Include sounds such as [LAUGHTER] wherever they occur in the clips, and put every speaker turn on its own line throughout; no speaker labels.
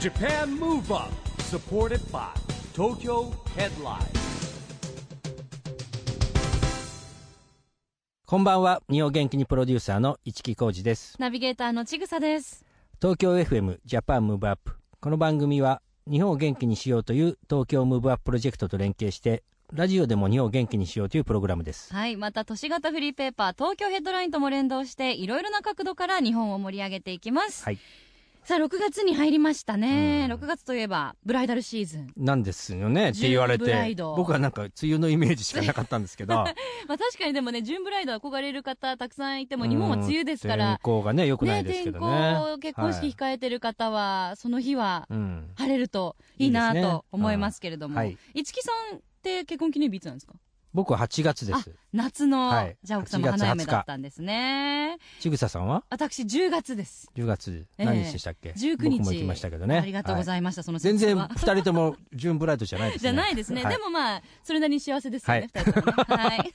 Japan Move Up supported by Tokyo Headline
こんばんは日本元気にプロデューサーの市木浩司です
ナビゲーターのちぐさです。
東京 FM ジャパンムーブアップこの番組は日本を元気にしようという東京ムーブアッププロジェクトと連携してラジオでも日本を元気にしようというプログラムです
はい、また都市型フリーペーパー東京ヘッドラインとも連動していろいろな角度から日本を盛り上げていきます。
はい
さあ6月に入りましたね。
うん
6月といえばブライダルシーズン。
なんですよねって言われ
ジューンブラ
て
イド
僕はなんか梅雨のイメージしかなかったんですけど
まあ確かにでもね、ジューンブライド憧れる方たくさんいて [LAUGHS] も日本は梅雨ですか
うん天
ら。
候がね良くない
ね、
ですけ
天
どね
候、結婚式
はい
控えてる方は、その日は
うん
晴れるといいない
いですね
と思いますけれども。
はいい
ちきさんって結婚記念日いつなんですか
僕は8月です
夏の、
はい
じゃあ奥様
8月
花嫁
20
だったんですね。
ちぐささんは
私10月です。
10月
ええ
何日でしたっけ、
19日
僕も行きましたけどね
ありがとうご
は
ざいました、その
い全
説 [LAUGHS] 明
然
は
2人ともジューンブライドじゃないですね
じゃないですね、
はい
でもまあそれなりに幸せですよ
は
ね
い、
二人ともね
[LAUGHS]
はい、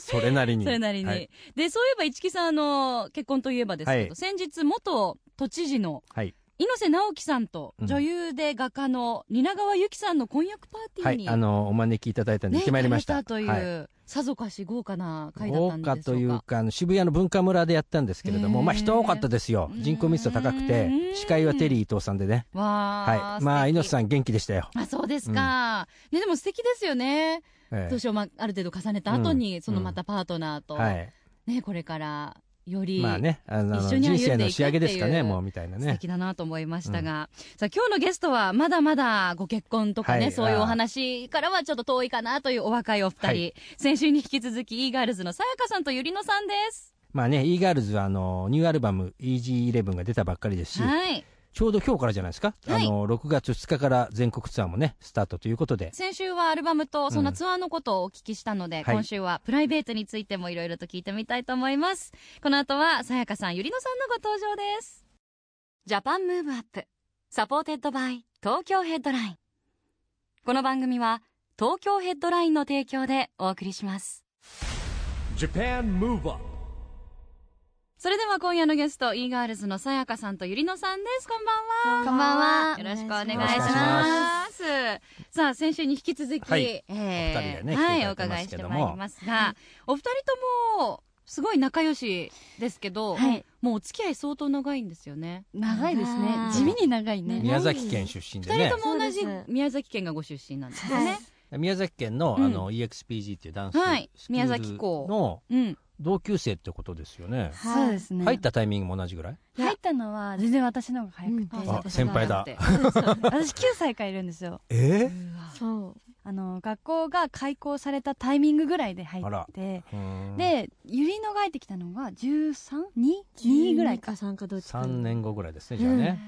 それなりに
それなりに、
はい
でそういえば市木さんあの結婚といえばですけ
は
ど、
い
先日元都知事の
はい
猪瀬直樹さんと
うん
女優で画家の蜷川由紀さんの婚約パーティ
は
ー
い
に、
あのお招きいただいたんで
ね
行ってまいりました
行かれと
はい
いう、さぞかし豪華な会だっ
豪
たんでしょ
華
うか
というかあの渋谷の文化村でやったんですけれども、
へー
まあ人多かったですよ人口密度高くて
うん
司会はテリー伊藤さんでね
わあ、
はいまあ猪瀬
ん
さん元気でしたよ、
あそうですか、ねでも素敵ですよね
ええ
年を、まあ、ある程度重ねた後に、
うん
そのまたパートナーと、
はい
ね、これからより、
まあねあの
一緒に歩
人
んでいく
生の仕上げですか
ってい
ね
う
もうみたいな
素
ね
敵だなと思いましたが、さあ今日のゲストはまだまだご結婚とかね、
はい
そういうお話からはちょっと遠いかなというお若いお二人、
はい
先週に引き続き e ガールズのさやかさんとゆりのさんです。
まあね e ガールズはあのニューアルバム「EG11」が出たばっかりですし、
はい、
ちょうど今日からじゃないですか、
はい
あの6月2日から全国ツアーもねスタートということで
先週はアルバムとそのツアーのことをお聞きしたので、
はい
今週はプライベートについてもいろいろと聞いてみたいと思いますこの後はさやかさんゆりのさんのご登場ですジャパンムーブアップサポーテッドバイ東京ヘッドラインこの番組は東京ヘッドラインの提供でお送りします
Japan Move Up
それでは今夜のゲスト e ガールズのさやかさんとゆりのさんですこんばんは
こんばんは
よろしくお願いし
お願いし
ま
ます
さあ先週に引き続き、
はい
え
お
ー
二人でね
はいお
来ていただいてます
伺いし
け
て
ども
まいりますがお二人ともすごい仲良しですけど、
はい
もうお付き合い相当長いんですよね
長いですね
あー
地味に長いね
宮崎県出身で
二
ね
人とも同じ
そうです
宮崎県がご出身なんですよ
は
ね、
い
宮崎県の,、
うん
あの EXPG っていうダンススク
はい宮
ー
崎
ル
校
の
うん
同級生ってことですよね、
はいそうですね
入ったタイミングも同じぐらい
入ったのは全然私の方が早くて、
あそう先輩だ
て
私9歳からいるんですよ
え
そうあの学校が開校されたタイミングぐらいで入
あら
って
ー、
でゆりのが入ってきたのが 132? ぐらいか
3かどっちか
3年後ぐらいですねじゃあね、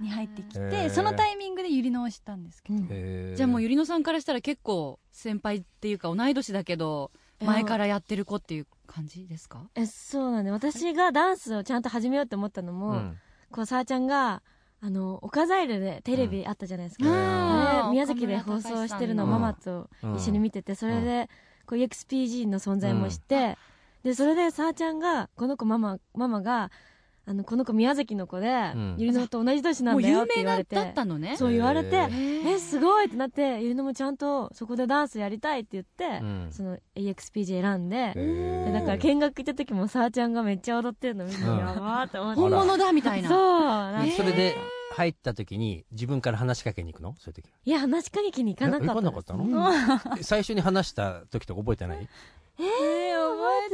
に入ってき
へ
て
ー
そのタイミングでゆりのを知ったんですけど、
うん
えー
じゃあもうゆりのさんからしたら結構先輩っていうか同い年だけど前からやってる子っていう感じですか
えそうなんで私がダンスをちゃんと始めようって思ったの
う
も、
ん
こうさあちゃんがあのオカザイルでテレビあったじゃないですか、
うん
あ
あー
れ宮崎で放送してるのを
うん
ママと一緒に見てて、それでこう EXPG の存在も知って、でそれでさあちゃんがこの子ママママがあのこの子宮崎の子で、
ん
ゆりのと同じ年な
も
ん
う
だよ
有
って
名
言わ
だ
れ
ってたったのね
そう言われて、
へ
えすごいってなってゆりのもちゃんとそこでダンスやりたいって言って、
うん
その EXPG 選んで、
え
でだから見学行った時もさあちゃんがめっちゃ踊ってるの見て、
うん
やばーって思って
本物だみたいな
そうなん
で
か
それで入った時に自分から話しかけに行くのそういう時
いや話しかけに行かなかった
行かなかったの
うんえ
え最初に話した時とか覚えてない
ー、覚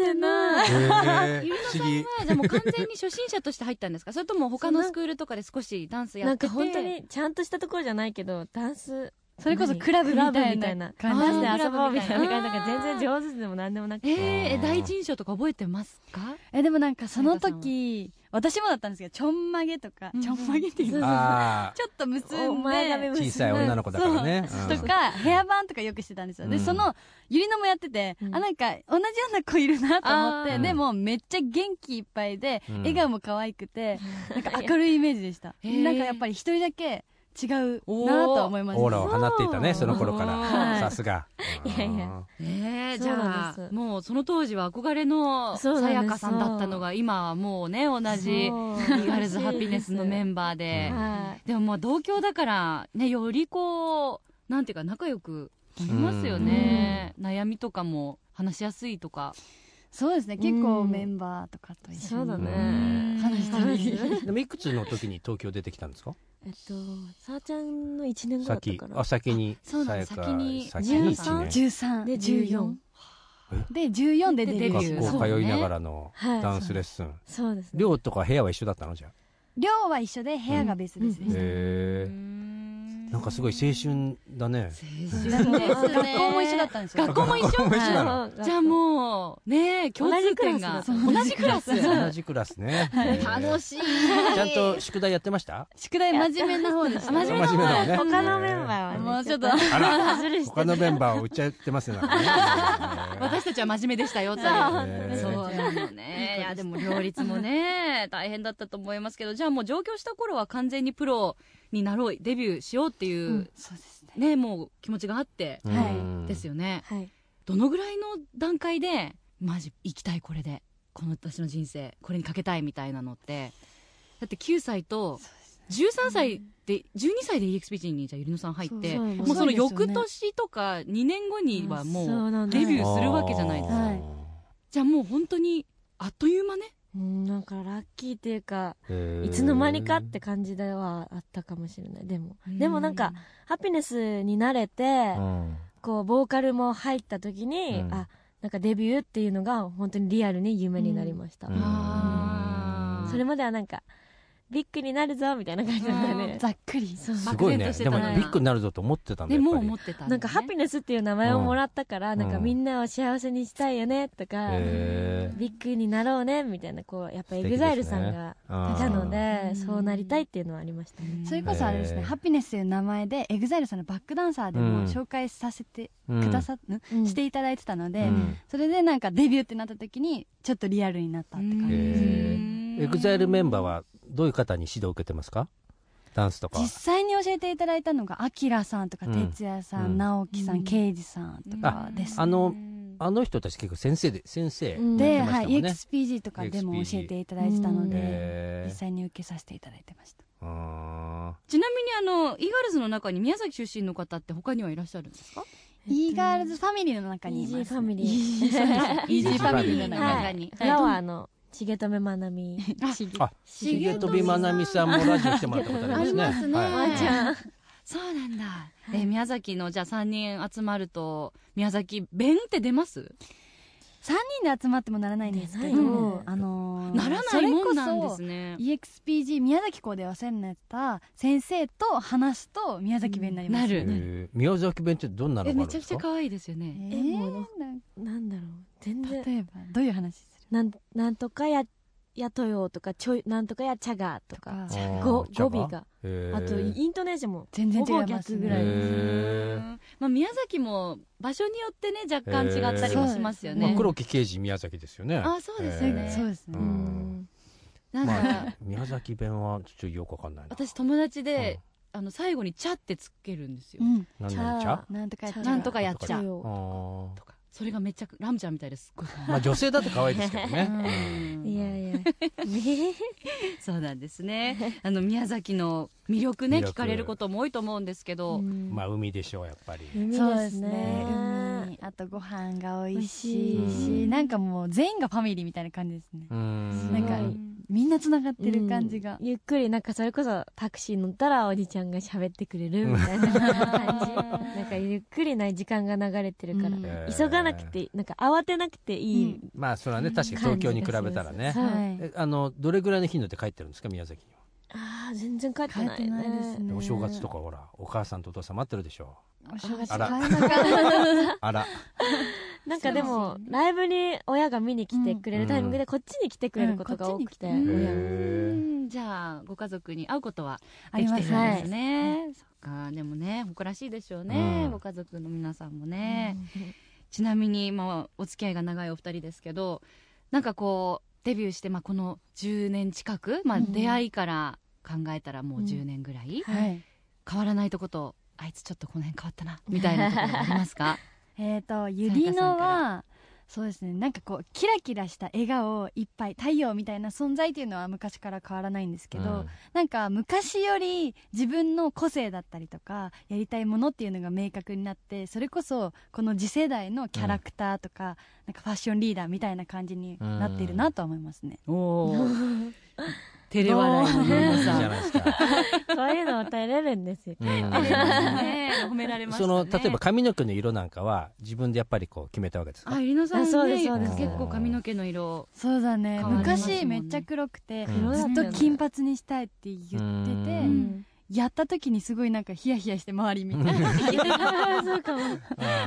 えてな
え
い
ゆりのさんはじゃあもう完全に初心者として入ったんです
[LAUGHS]
かそれとも他のスクールとかで少しダンスや
な
っ
ん
て
か
て
本当にちゃんとしたところじゃないけどダンス
それこそクラブみたいな
ダ
感
あ
じ
ー
ンス
で
で遊ぼうみたいな
クラブみ
感
たいな
じだから全然上手でも何でもなく
え
て
ーえ第一印象とか覚えてますか
えでもなんかその時私もだったんですけどちょんまげとか、
うん
ちょんまげっていうの
あ
ちょっと結んで
お前が目
あ小さい女の子だからね
とかヘアバンとかよくしてたんですよ、
う
で
ん
そのゆりのもやってて、
うん
あなんか同じような子いるなと思っ
あ
て
ー
でもめっちゃ元気いっぱいで、
うん
笑顔も可愛くてなんか明るいイメージでした
へー
なんかやっぱり一人だけ違うなとは思いま
オーラを
し
放っていたねその頃か
は
ら
い
さすが
いやいや
うん
ええじ
そう
ゃ
なん
あ
です
もうその当時は憧れの
そうなん
さ
です
やかさんだったのが今はもうね同じ
そう
リーガールズハピネスのメンバー
嬉しいでバ
で
すー
は
でももう同郷だからねよりこうなんていうか仲良くなりますよね悩みとかも話しやすいとか
そうですね
うん
結構メンバーとかと
い
一
そ
緒
うだ
に
ね
話したり
でもいくつの時に東京出てきたんですか
えっとさあちゃんの1年後だった
先
か
あ
ら
先に
そうなんだ
さやか
先に
先に
13
1年
13
で14
で14でデビ
デ
ュ
ビュ
ー
ー
学校通いながらの
はい
ダンスレッスン
そうですね
寮とか部屋は一緒だったのじゃあ
寮は一緒で部屋が別々でした、
へえなんかすごい青春だね
青春ですね
学校も一緒だったんですよ
学校も一緒
も一緒なの
そう
じゃあもうね共通点が
同
同じクラス
同じクラス
[LAUGHS]
ね
楽
し
し
い
い
ちゃんと宿題やってました
宿題真面目な方でした、
真面目な方
なね
他のメンバーはね
もうちょっと
あら
外れして
他のメンバーを売っちゃって
[LAUGHS]
ますねなんかね
私たちは真面目でしたよって
ね
そうなのねいやでも両立もね大変だったと思いますけどじゃあもう上京した頃は完全にプロになろうデビューしようっていう、
うん
そうです
ね
ね
もう気持ちがあって
う
はい
ん
ですよね
はい
どのぐらいの段階でマジ行きたいこれでこの私の人生これにかけたいみたいなのってだって9歳と
そうですね
13歳で12歳で EXPG にじゃあゆりのさん入って
そう
もうその翌
そうで
年とか2年後にはもう
そうなんだ
デビューするわけじゃないですか、
はい
じゃあもう本当にあっという間ね
うんなんかラッキーっていうか
へえ
いつの間にかって感じではあったかもしれないでもでもなんかハピネスになれて
うん
こうボーカルも入った時に、
うん
あなんかデビューっていうのが本当にリアルに夢になりました、
うん
あー
それまではなんかビッグになるぞみたいな感じだったね
ざっくり
そう
すごい
漠然
ね
として
で
た
も
な
ビッグになるぞと思ってたんだ
で
やっ
もう
ぱり
思ってただね
なんかハピネスっていう名前をもらったから、
うん
なんか
うん
みんなを幸せにしたいよねとか、
へえ
ビッグになろうねみたいなこうやっぱ
素
エ
敵
グ
ですね
ザイルさんがいたので
うん
そうなりたいっていうのはありましたね、
それこそあれですね、
へー
ハピネスという名前で、エグザイルさんのバックダンサーでも
うん
紹介させて
うん
くださっ、ん
うん
していただいてたので、
うん
それでなんかデビューってなった時に、ちょっとリアルになったって感じ。
へエグザイルメンバーはどういう方に指導を受けてますかダンスとか
実際に教えていただいたのが、アキラさんとか、
うん
哲也さ
うん
ん、直樹さ
うん
ん、ケイジさんとかです
あ
ね。
のあの人たち結構先生で先生
うん
で、
やってま
は
した
い、
もんね
EXPG とかでも教えていただいてたので、
へ
実
え
際に受けさせていただいてました。
あ
ちなみにあのイーガールズの中に宮崎出身の方って他にはいらっしゃるんですか
イーガールズファミリーの中
イ
にい
ージー
ます。
ファミリ
イ
ー [LAUGHS]
イージーファミリーの
は
中
い
に、
フラワーの重留まなみ
ーあ重飛まなみさんもラジオ来てもらったことありますね
ありますね
はい
ワンちゃん
そうなんだ、えー宮崎のじゃあ3人集まると宮崎弁って出ます
3人で集まってもならないんですけ
出
ど、
ないよ
あのー
ならないもんなんですね
それこそ EXPG 宮崎校でお世話になった先生と話すと宮崎弁になります、
なる
へえ宮崎弁ってどんなの
え
がある
め
ん
ちゃ
で
く
す
ちゃ
か
可愛いですよ
え
ね
え
ー
もう
なんか
なんだろう全然
例えばどういう話する
なんなんとかややとよとかちょいなんとかやちゃがと
と
か
か
あー
語
茶
語
葉
尾が
へえ
あとイントネーションも
全然違います
ほぼ逆ぐ
へ
らい
う
え
んまあ、宮崎も場所によってね若干違ったりもしますよ
え
まあ
ね、
黒木刑事宮崎ですよね
あそうですよね
へえ
そうです
う
ね、
ん
なんか、
まあ宮崎弁はちょっとよくわかんないな
私友達で、あの最後に「ちゃ」ってつけるんですよ、
うん
何々茶
なんとかやっちゃう
なんとかやっちゃ
と
う
よ
あー
とかそれがめちゃくラムちゃんみたいですっごい可愛い
まあ女性だと可愛いですけどね
[LAUGHS]
うん
いやい [LAUGHS] や
そうなんですねあの宮崎の魅力ね
魅力
聞かれることも多いと思うんですけど、
うん
まあ海でしょうやっぱり
海
そう
で
ですす
ね
ね
海
海あとご飯が美味しい
美
し
味しいうん
なんかもう全員がファミリーみたいな感じですね、
うん
なんかみんなつながってる感じが
うん、ゆっくりなんかそれこそタクシー乗ったらおじちゃんが喋ってくれるみたいな感じ [LAUGHS] なんかゆっくりな時間が流れてるから、
うん
へえ
急がなくていいなんか慌てなくていい
まあそれはね確かに東
感じ
京
がします、
に比べたらね
そう
はい
えあのどれぐらいの頻度で帰ってるんですか宮崎には
ああ全然帰って
帰
な
って
い
ないで
ね
すね
お正月とかほらお母さんとお父さん待ってるでしょ
お正月帰
あ
ら
ら
なかった
あら
なんかでも
そうですよね
ライブに親が見に来てくれるタイミングでこっちに来てくれることが多くて、
うんこっちに来て
親が
うんじゃあご家族に会うことは
あ
で
り
きてるん
ま
ですす
ね
ね、そっかでもね誇らしいでしょうね、
うん
ご家族の皆さんもね、ちなみに、まあ、お付き合いが長いお二人ですけどなんかこうデビューして、まあ、この10年近く、まあ、
うん
出会いから考えたらもう
うん
10年ぐらい、
はい
変わらないとことあいつちょっとこの辺変わったなみたいなところありますか
えっ、とゆりのはそうですねなんかこうキラキラした笑顔いっぱい太陽みたいな存在っていうのは昔から変わらないんですけど、
うん
なんか昔より自分の個性だったりとかやりたいものっていうのが明確になってそれこそこの次世代のキャラクターとか,、なんかファッションリーダーみたいな感じになっているなとは思いますね。
おー照れ笑いの
い
ゆりの
いじ
さ
ゃ
ん
ないです
[LAUGHS]
か。
そういうのを耐えれるんですよ。
うん
ねえ褒められました
そ
ね
の例えば髪の毛の色なんかは自分でやっぱりこう決めたわけですか
あゆりのさんね
あそうですそうです
結構髪の毛の色
そうだね
変わりますもんね
昔めっちゃ黒くて、
黒
だ
ず
った
っ
ね
と金髪にしたいって言って
う
て、
ん
うん
やった時にすごいなんかヒヤヒヤして周り見て
[LAUGHS] そうかも。
あ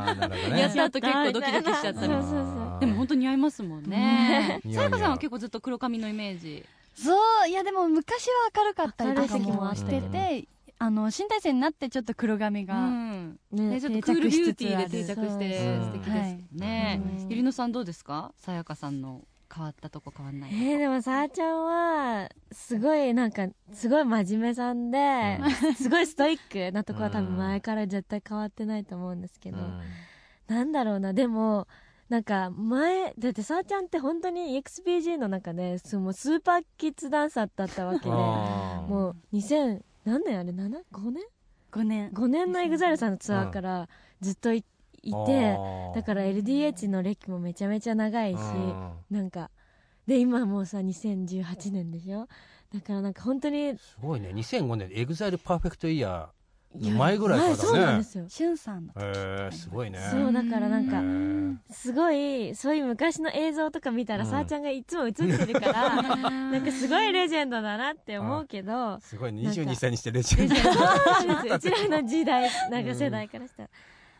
あなるほどね
やっ。た後結構ドキドキしちゃった
そうそう
り
そう。
でも本当に似合いますもんね
似合う
さやかさんは結構ずっと黒髪のイメージ
[LAUGHS] そういやでも昔は明るかったりとか
明るい時もあ
も
った
し
け
て
ど
てあの新体制になってちょっと黒髪
う
が、
ん
ね
ね、ちょっとクールビューティーで定
定着しつつあ
着
る
して素敵ですね
うんはい
ゆりのさんどうですかさやかさんの変わったとこ変わんないとこ
えー、でもさあちゃんはすごいなんかすごい真面目さんで、すごいストイックなとこは多
うん
分前から絶対変わってないと思うんですけ
う
ど、
ん
なんだろうなでもなんか前だってさあちゃんって本当に EXPG の中でそのスーパーキッズダンサーだったわけでも
あー
う2000何年あれ 7?5 年
5年
?5 年の EXILE さんのツアーからずっといいてだから LDH の歴もめちゃめちゃ長いし。
うん
なんかで今もうさ2018年でしょだからなんか本当に
すごいね2005年エグザイルパーフェクトイヤ
いや
前ぐらいからだね
そうなんですよ、
しゅんさんの
ーへえすごいね
そうだからなん
へ
か
ー
すごいそういう昔の映像とか見たら
うん
さあちゃんがいつも映ってるから
な
[LAUGHS]
なんかすごいレジェンドだなって思うけど
すごい
なんか
22歳にしてレジェンド
そうなんですようちらの時代なんか世代からしたら、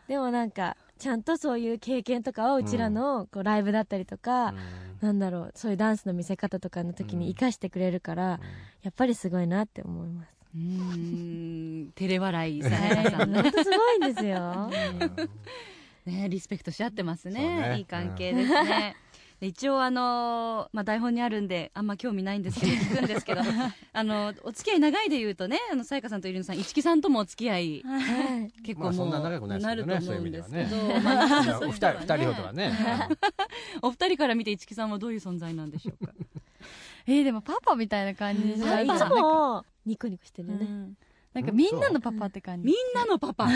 でもなんかちゃんとそういう経験とかをうちらのこうライブだったりとか、なんだろうそういうダンスの見せ方とかの時に生かしてくれるから、やっぱりすごいなって思います
うーん照れ笑いさやかさん
本当すごいんですよ。
ねリスペクトし合ってますね
そうね
いい関係ですね、で一応あのーまあ、台本にあるんであんま興味ないんですけど聞くんです
[LAUGHS]
けどあのお付き合い長いで言うとねあのさやかさんとゆりのさん一木さんともお付き合い結
ま
構
あ
も
そん
う
な長くないです
な
け
る
ど
と
ね
思うんですけど
そういう
まあ
[LAUGHS] いやお二人二人ほどはね
お二人から見て一木さんはどういう存在なんでしょうか
えーでもパパみたいな感じ
い
じゃない
つもニコニコしてる
う
よね。
んなんかみんなのパパって感
みん
じ
なのパパ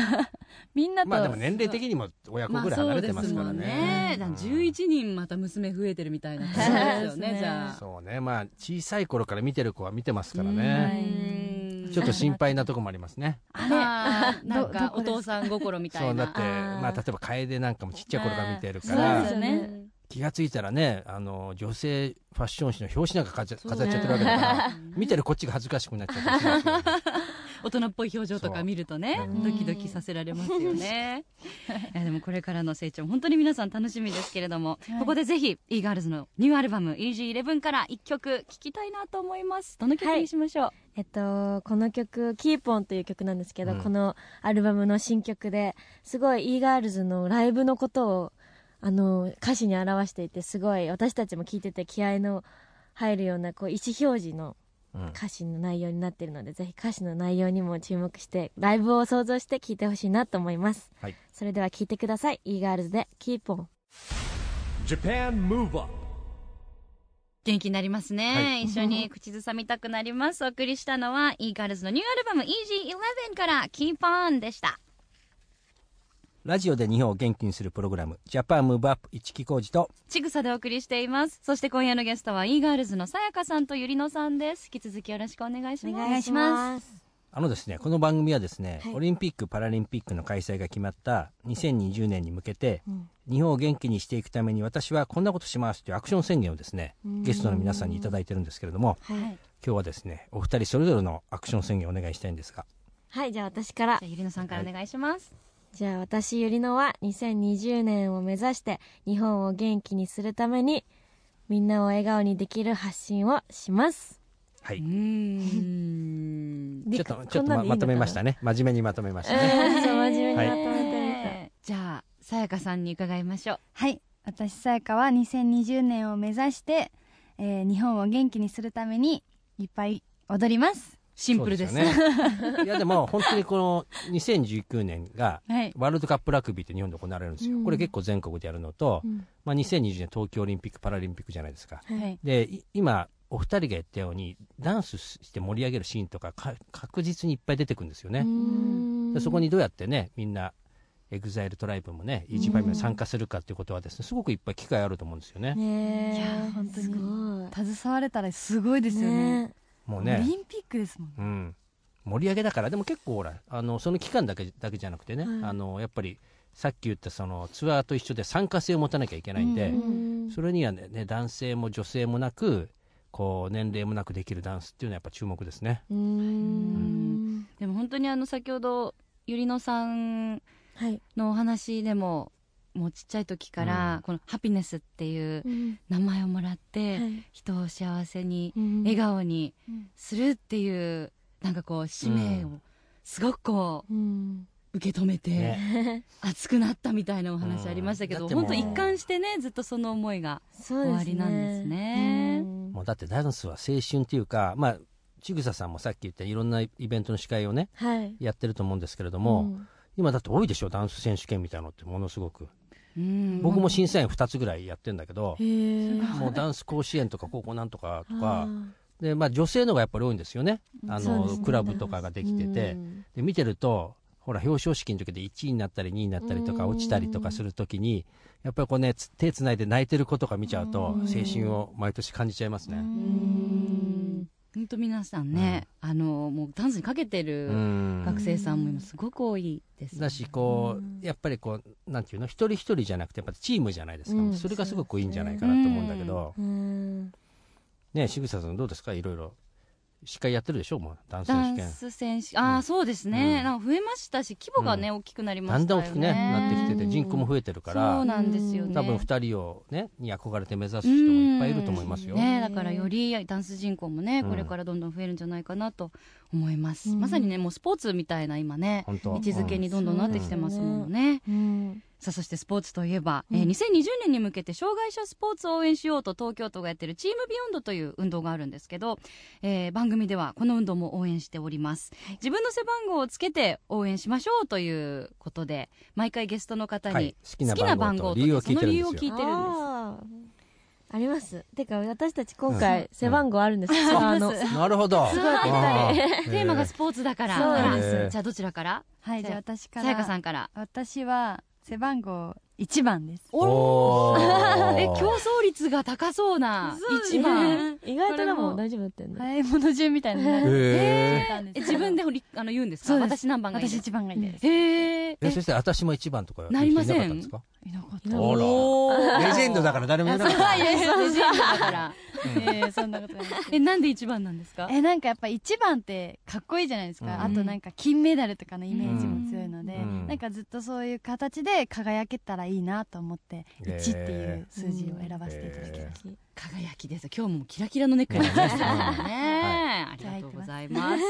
みんなと、
まあで
[LAUGHS]
も年齢的にも親子
ま
ぐ
あ
らい
そ
離
う
れて
で
ますすか
も
ら
ん
ね
ねだから11人また娘増えてるみたいな感じですよ
そうです
ね
ね
じゃあ
そうねまあ小さい頃から見てる子は見てますから
う
ね
ーん
ちょっと心配なとこもありますね
あーなん
ど
か
ど
お
こですか
父さん心みた
そ
いう
だ
な
ってまあ例えば楓なんかもちっちゃい頃から見てるか
そう
ら
ですよね
気がついたらねあの女性ファッション誌の表紙なんか飾っ飾っちゃってるわけだ
[LAUGHS]
から見てるこっちが恥ずかしくなっちゃったりしますよね
[LAUGHS] 大人っぽい表情とか見るとね
そう
ドキドキさせられますよね [LAUGHS] いやでもこれからの成長も本当に皆さん楽しみですけれども、
はい
ここでぜひ e ガールズのニューアルバム「EG11」から一曲聴きたいなと思いますどの曲にしましょう、
えっと、この曲、キーポンという曲なんですけど、
うん
このアルバムの新曲で、すごい e-girls のライブのことを、あの、歌詞に表していて、すごい私たちも聴いてて気合いの入るような、こう、意思表示の
うん
歌詞の内容になっているので、ぜひ歌詞の内容にも注目して、ライブを想像して聴いてほしいなと思います。
はい
それでは聴いてください。e-girls で、キーポン。
Japan Move Up
元気になりますね、
はい
一緒に口ずさみたくなりますお送りしたのは e ガールズのニューアルバム「EG11」から「Keep On」でした
ラジオで日本を元気にするプログラムジャパンムーブアップ一木工事と
ちぐさでお送りしていますそして今夜のゲストは e ガールズのさやかさんとゆりのさんです引き続きよろしくお願いします
す。
あのですねこの番組はですね、オリンピック・パラリンピックの開催が決まった2020年に向けて、日本を元気にしていくために私はこんなことしますというアクション宣言をですねゲストの皆さんにいただいてるんですけれども、
はい。
今日はですねお二人それぞれのアクション宣言をお願いしたいんですが
はい、じゃあ私から
じゃ。あゆりのさんからお願いします、
じゃあ私ゆりのは2020年を目指して日本を元気にするためにみんなを笑顔にできる発信をします。
は
う
い
ーん
で
ちょっとちょっ
こん
と
な
ま
ん
まと
でいいのか
め
な
ましたね真面目にまとめました
え
ね、
ーそう真面目にまとめてみ
ねえじゃあさやかさんに伺いましょう
はい私さやかは2020年を目指して、えー日本を元気にするためにいっぱい踊ります
シンプルです
そうよねいやでも本当にこの2019年が
はい
ワールドカップラグビーって日本で行われるんですよ、
うん
これ結構全国でやるのと、
うん
まあ、2020年東京オリンピック・パラリンピックじゃないですか
はい
でい今お二人が言ったようにダンスして盛り上げるシーンとかか確実にいっぱい出てくるんですよね、
うん
でそこにどうやってねみんなエグザイルトライブもね一番目参加するかっていうことはですねすごくいっぱい機会あると思うんですよね
ねえ
いやー本当に
すごい
携われたらすごいですよね
ね
もう
オ
ね
リンピックですもん
うん、盛り上げだからでも結構ほらあのその期間だけだけじゃなくてね、
はい
あのやっぱりさっき言ったそのツアーと一緒で参加性を持たなきゃいけないんで、
うん
それにはねね男性も女性もなくこう年齢もなくできるダンスっていうのはやっぱ注目ですね。
うん
でも本当にあの先ほどゆりのさん
はい
のお話でももうちっちゃい時から、
うん
この「ハピネス」っていう
うん
名前をもらって、
はい
人を幸せに、
うん
笑顔に
うん
するっていうなんかこう使命
う
をすごくこ
うん
う受け止めて、
ね
熱くなったみたいなお話ありましたけ
う
ど、
んだってもう
本当一貫してねずっとその思いが
そう
終
ですね
わりなんですね。
うん
もうだってダンスは青春っていうか、まあ、ちぐささんもさっき言ったいろんなイベントの司会をね
はい
やってると思うんですけれども、
うん
今だって多いでしょダンス選手権みたいなのってものすごく
うん
僕も審査員2つぐらいやってんだけど、
へえ
もうダンス甲子園とか高校なんとかと
あ
か
ー
で、まあ、女性のがやっぱり多いんですよねあ
そう
の
ですね
クラブとかができてて、
うん
で見てるとほら表彰式の時で1位になったり2位になったりとか
うん
落ちたりとかする時にやっぱりこうねつ手つないで泣いてる子とか見ちゃうと
うん
青春を毎年感じちゃいますね。
うん
本当皆さんね、あのもうダンスにかけて
う
る
ん
学生さんも今すごく多いです、
だしこ
うん
うやっぱりこうなんていうの一人一人じゃなくてやっぱチームじゃないですか、
うん
それがすごくいいんじゃないかなと思うんだけど、
うん
ねしぐささんどうですかいろいろしっかりやってるでしょもうダンス
ダ
選
ン
手権
ス選手ああ、
うん
そうですね、
うん
なんか増えましたし規模がね、大きくなりま
だん
した
だん大
よね
きくねなってきてて人口も増えてるか
そう
ら
なんですよね
多分2人をねに憧れて目指す人もいっぱいいると思いますよ。
ね、だからよりダンス人口もね、
うん
これからどんどん増えるんじゃないかなと思います、
うん
まさにねもうスポーツみたいな今ね
本当
位置づけにどんどんなってきてますもんね、
うん
さあそしてスポーツといえば、
うん
えー2020年に向けて障害者スポーツを応援しようと東京都がやってるチームビヨンドという運動があるんですけど、えー番組ではこの運動も応援しております、自分の背番号をつけて応援しましょうということで毎回ゲストの方に、
はい好き
好きな
な
番
番
号
号
と
と
ね
理由を聞いてるんですよ
その理由を聞いてるんです
あーありますてか私たち今回背番号あるんですよ、あの
なるほど。
すごいぴったり
あー
テーマがスポーツだから
そう
あら
です
じゃあどちらから
はい
さ
じ
や
ゃあ私か
さ
ら
やかさんから
私は背番号1番です
おー
え競争率が高そうな一番
意外とでも大丈夫だったよね
早い者順みたいなの
へ
に
え
なって
え
たん
自分でほりあの言うんですか
そうです
私何番がいい
私
です
一番がいいです
へー
え先生私も一番とか
なりません
言う人いなかっ
いな
あ
かった
らたんですか。レジェンドだから誰もいなかった。
いやそうレジェンドだから
えーそんなことないです
[LAUGHS] えなんで一番なんですか
えなんかやっぱ一番ってかっこいいじゃないですか、
うん
あとなんか金メダルとかのイメージも強いので、
うん
なんかずっとそういう形で輝けたらいいなと思って
へー
1っていう数字を選ばせていただきました、
へ
輝きです今日もキラキラのネックレスですからねありがとうございます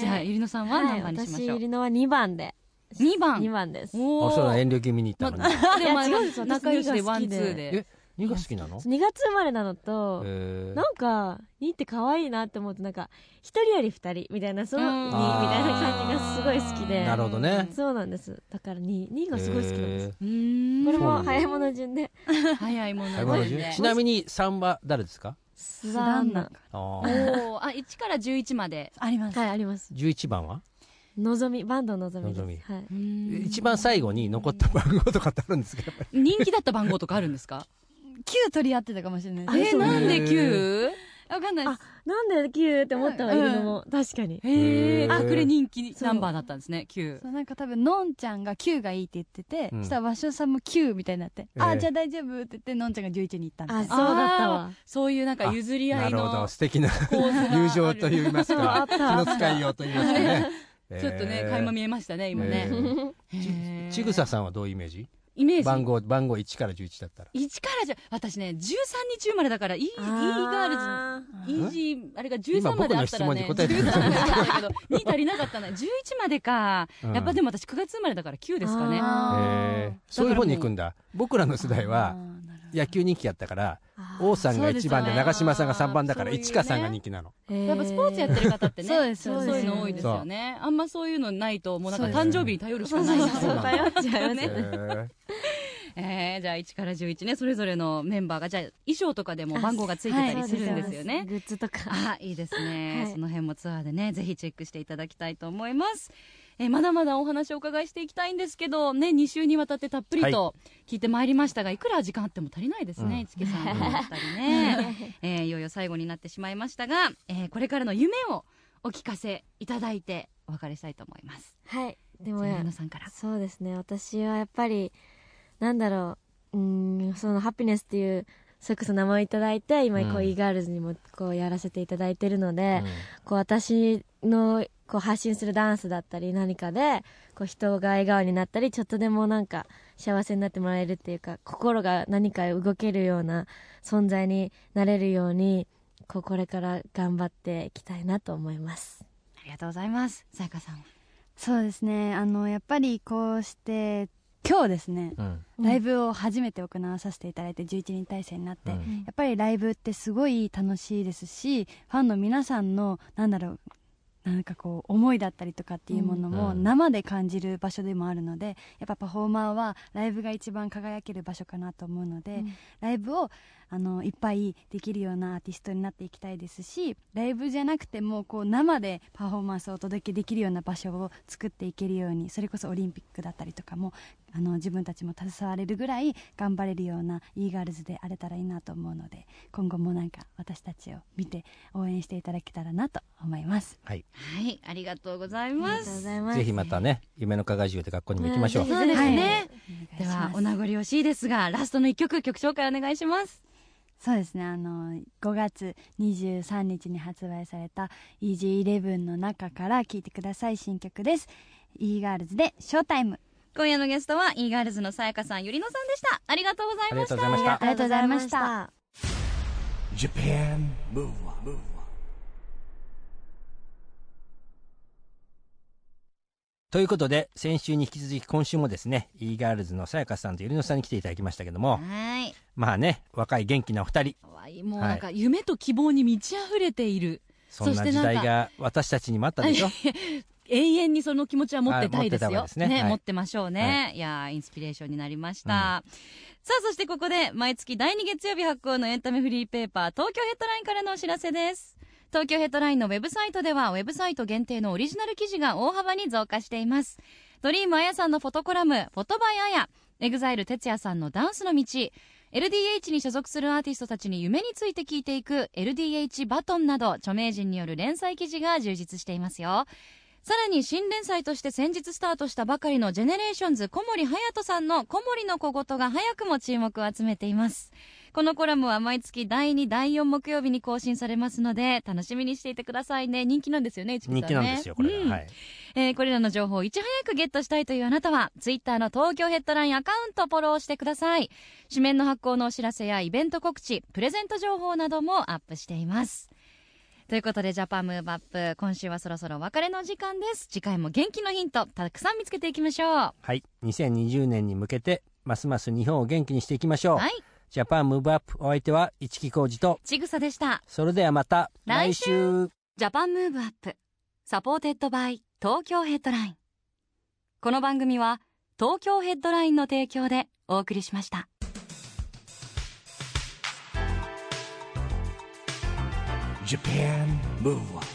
じゃあゆりのさんは
はい
何番にしま
私
しょ
入
う
りのは2番で
二番
2番です
お
あ
ー
そうなの遠慮気味に行ったのに。
でもあ
いや違うんです
の
よ
仲良しでワンツー
え
で
二が好きなの？
2月生まれなのと、
えー
なんか2って可愛いなって思うとなんか1人より2人みたいなその
うん
2みたいな感じがすごい好きで
なるほどね。
そうなんですだから 2, 2がすごい好きなんです、
え
うーん
これ
そうな
も
んだ
早い者順で
れ早いも
ー
ので
ちなみに三は誰ですか？
ス
ワンナ
あ
お
ー
ーあ一から十一まで
あります、
はいあります
十一番は？
のぞみバンドのぞみです
のぞみ
はい、
一
一
番最後に残った番号とかってあるんですけど。
人気だった番号とかあるんですか
9取り合ってたかもしれないです
え
え
そう
なんで九
わかんないです
なんでキューって思ったはいるのも確かに
へえ
へー
あこれ人気ナンバーだったんですね九
そうなんか多分のんちゃんが9がいいって言ってて、
うん
そしたら和尚さんも9みたいになって、
えー
あーじゃあ大丈夫って言ってのんちゃんが11に行ったみた
あ
い
そ
な
うだったわ
そういうなんか譲り合
ないるほ
の
ど素敵な友情と言います
あ
か
っ
気
たあ
の
った
使いようと言いますかね
ちょっとね、
えー
垣間見えましたね、今ね。へ
え
ー
ーちちぐささんはどういうイメージ
イメージ。
番号番号1から11だったら
1からじゃ、私ね、13日生まれだから、イー、イーガールズ、イージー、あれが13まであった
今僕の質
ら
問
ね
に、
13ま
答
で
えてくれた
あったけど、2足りなかったな。11までか。
うん
やっぱでも私9月生まれだから9ですかね。
あ
えーそういう方に行くんだ僕らの世代は
あーなるほど
野球人気やったから王さんが1番で
そうですよね
長嶋さんが3番だから
そういうね
一華さんが人気なの
やっぱスポーツやってる方って
[LAUGHS]
ね
そうです
そう
そうです
いうの多いですよねあんまそういうのないともうなんか
そうです
誕生日に頼るしかない
そう
な
そうそう頼っちゃいます
へ
ね
ー
[LAUGHS] えー、じゃあ1から11ねそれぞれのメンバーがじゃあ衣装とかでも番号がついてたりするんですよね、
グッズとか
あいいですね、
はい
その辺もツアーでねぜひチェックしていただきたいと思いますえーまだまだお話をお伺いしていきたいんですけどね2週にわたってたっぷりと聞いてまいりましたが、い、くら時間あっても足りないですね、
うん
一木さんお二人ね、えーいよいよ最後になってしまいましたが、えーこれからの夢をお聞かせいただいてお別れしたいと思います
はいで
じゃ
も
あ
や
皆さんから
そうですね私はやっぱりなんだろううーんそのハピネスっていうそれこそ名前をいただいて今こ
う
うん e ガールズにもこうやらせていただいてるので、
うん
こう私のこう発信するダンスだったり何かでこう人が笑顔になったりちょっとでもなんか幸せになってもらえるっていうか心が何か動けるような存在になれるようにこうこれから頑張っていきたいなと思います。
ありがとうございますさやかさん
そうですねあのやっぱりこうして今日ですね、
うん
うん
ライブを初めて行わさせていただいて11人体制になって、
うん
やっぱりライブってすごい楽しいですしファンの皆さんのなんだろうなんかこう思いだったりとかっていうものも
うん
生で感じる場所でもあるのでやっぱパフォーマーはライブが一番輝ける場所かなと思うので、
うん
ライブをあのいっぱいできるようなアーティストになっていきたいですしライブじゃなくてもこう生でパフォーマンスをお届けできるような場所を作っていけるようにそれこそオリンピックだったりとかもあの自分たちも携われるぐらい頑張れるような e ガールズであれたらいいなと思うので今後もなんか私たちを見て応援していただけたらなと思います。
はい
はいありがとうござい
あり
ま
がとうご
す
ざいます。
ぜひまたね夢の課外授業で学校にも行きましょう
うんぜ
そうですね、
お願い
で
しま
は
す
お名残惜しいですがラストの一曲曲紹介お願いします
そうですねあの5月23日に発売された EG11 の中から聴いてください新曲です e ガールズでショータイム
今夜のゲストは e ガールズのさやかさんゆりのさんでしたありがとうございました
ありがとうございました
ありがとうございました。
Japan Move Up, Move Up.
ということで先週に引き続き今週もですね e ガールズのさやかさんとゆりのさんに来ていただきましたけども
はい
まあね若い元気なお二人
可愛いもうなんか夢と希望に満ち溢れている、
そん
そし
な
て
時
なんか
代が私たちにもあったでしょ
[LAUGHS] 永遠にその気持ちは持ってたいで
あ持ってた
す
方が
よ
ですねはい
持ってましょうね、い、やーインスピレーションになりました、さあそしてここで毎月第2月曜日発行のエンタメフリーペーパー東京ヘッドラインからのお知らせです東京ヘッドラインのウェブサイトではウェブサイト限定のオリジナル記事が大幅に増加していますドリームあやさんのフォトコラム「フォトバイあや」エグザイル哲也さんの「ダンスの道」LDH に所属するアーティストたちに夢について聞いていく LDH バトンなど著名人による連載記事が充実していますよさらに新連載として先日スタートしたばかりのジェネレーションズ小森隼人さんの小森の小言が早くも注目を集めています。このコラムは毎月第2、第4木曜日に更新されますので、楽しみにしていてくださいね。人気なんですよね、一木さんね。
人気なんですよこれ
うん
がはい
えーこれらの情報をいち早くゲットしたいというあなたは、ツイッターの東京ヘッドラインアカウントをフォローしてください。紙面の発行のお知らせやイベント告知、プレゼント情報などもアップしています。ということで、ジャパンムーブアップ、今週はそろそろお別れの時間です。次回も元気のヒント、たくさん見つけていきましょう。は
はい2020年に向けてますます日本を元気にしていきましょう、
い、
ジャパンムーブアップお相手は市木浩二と
ちぐさでした。
それではまた
来
来週
ジャパンムーブアップサポーテッドバイ東京ヘッドラインこの番組は東京ヘッドラインの提供でお送りしました
Japan Move Up.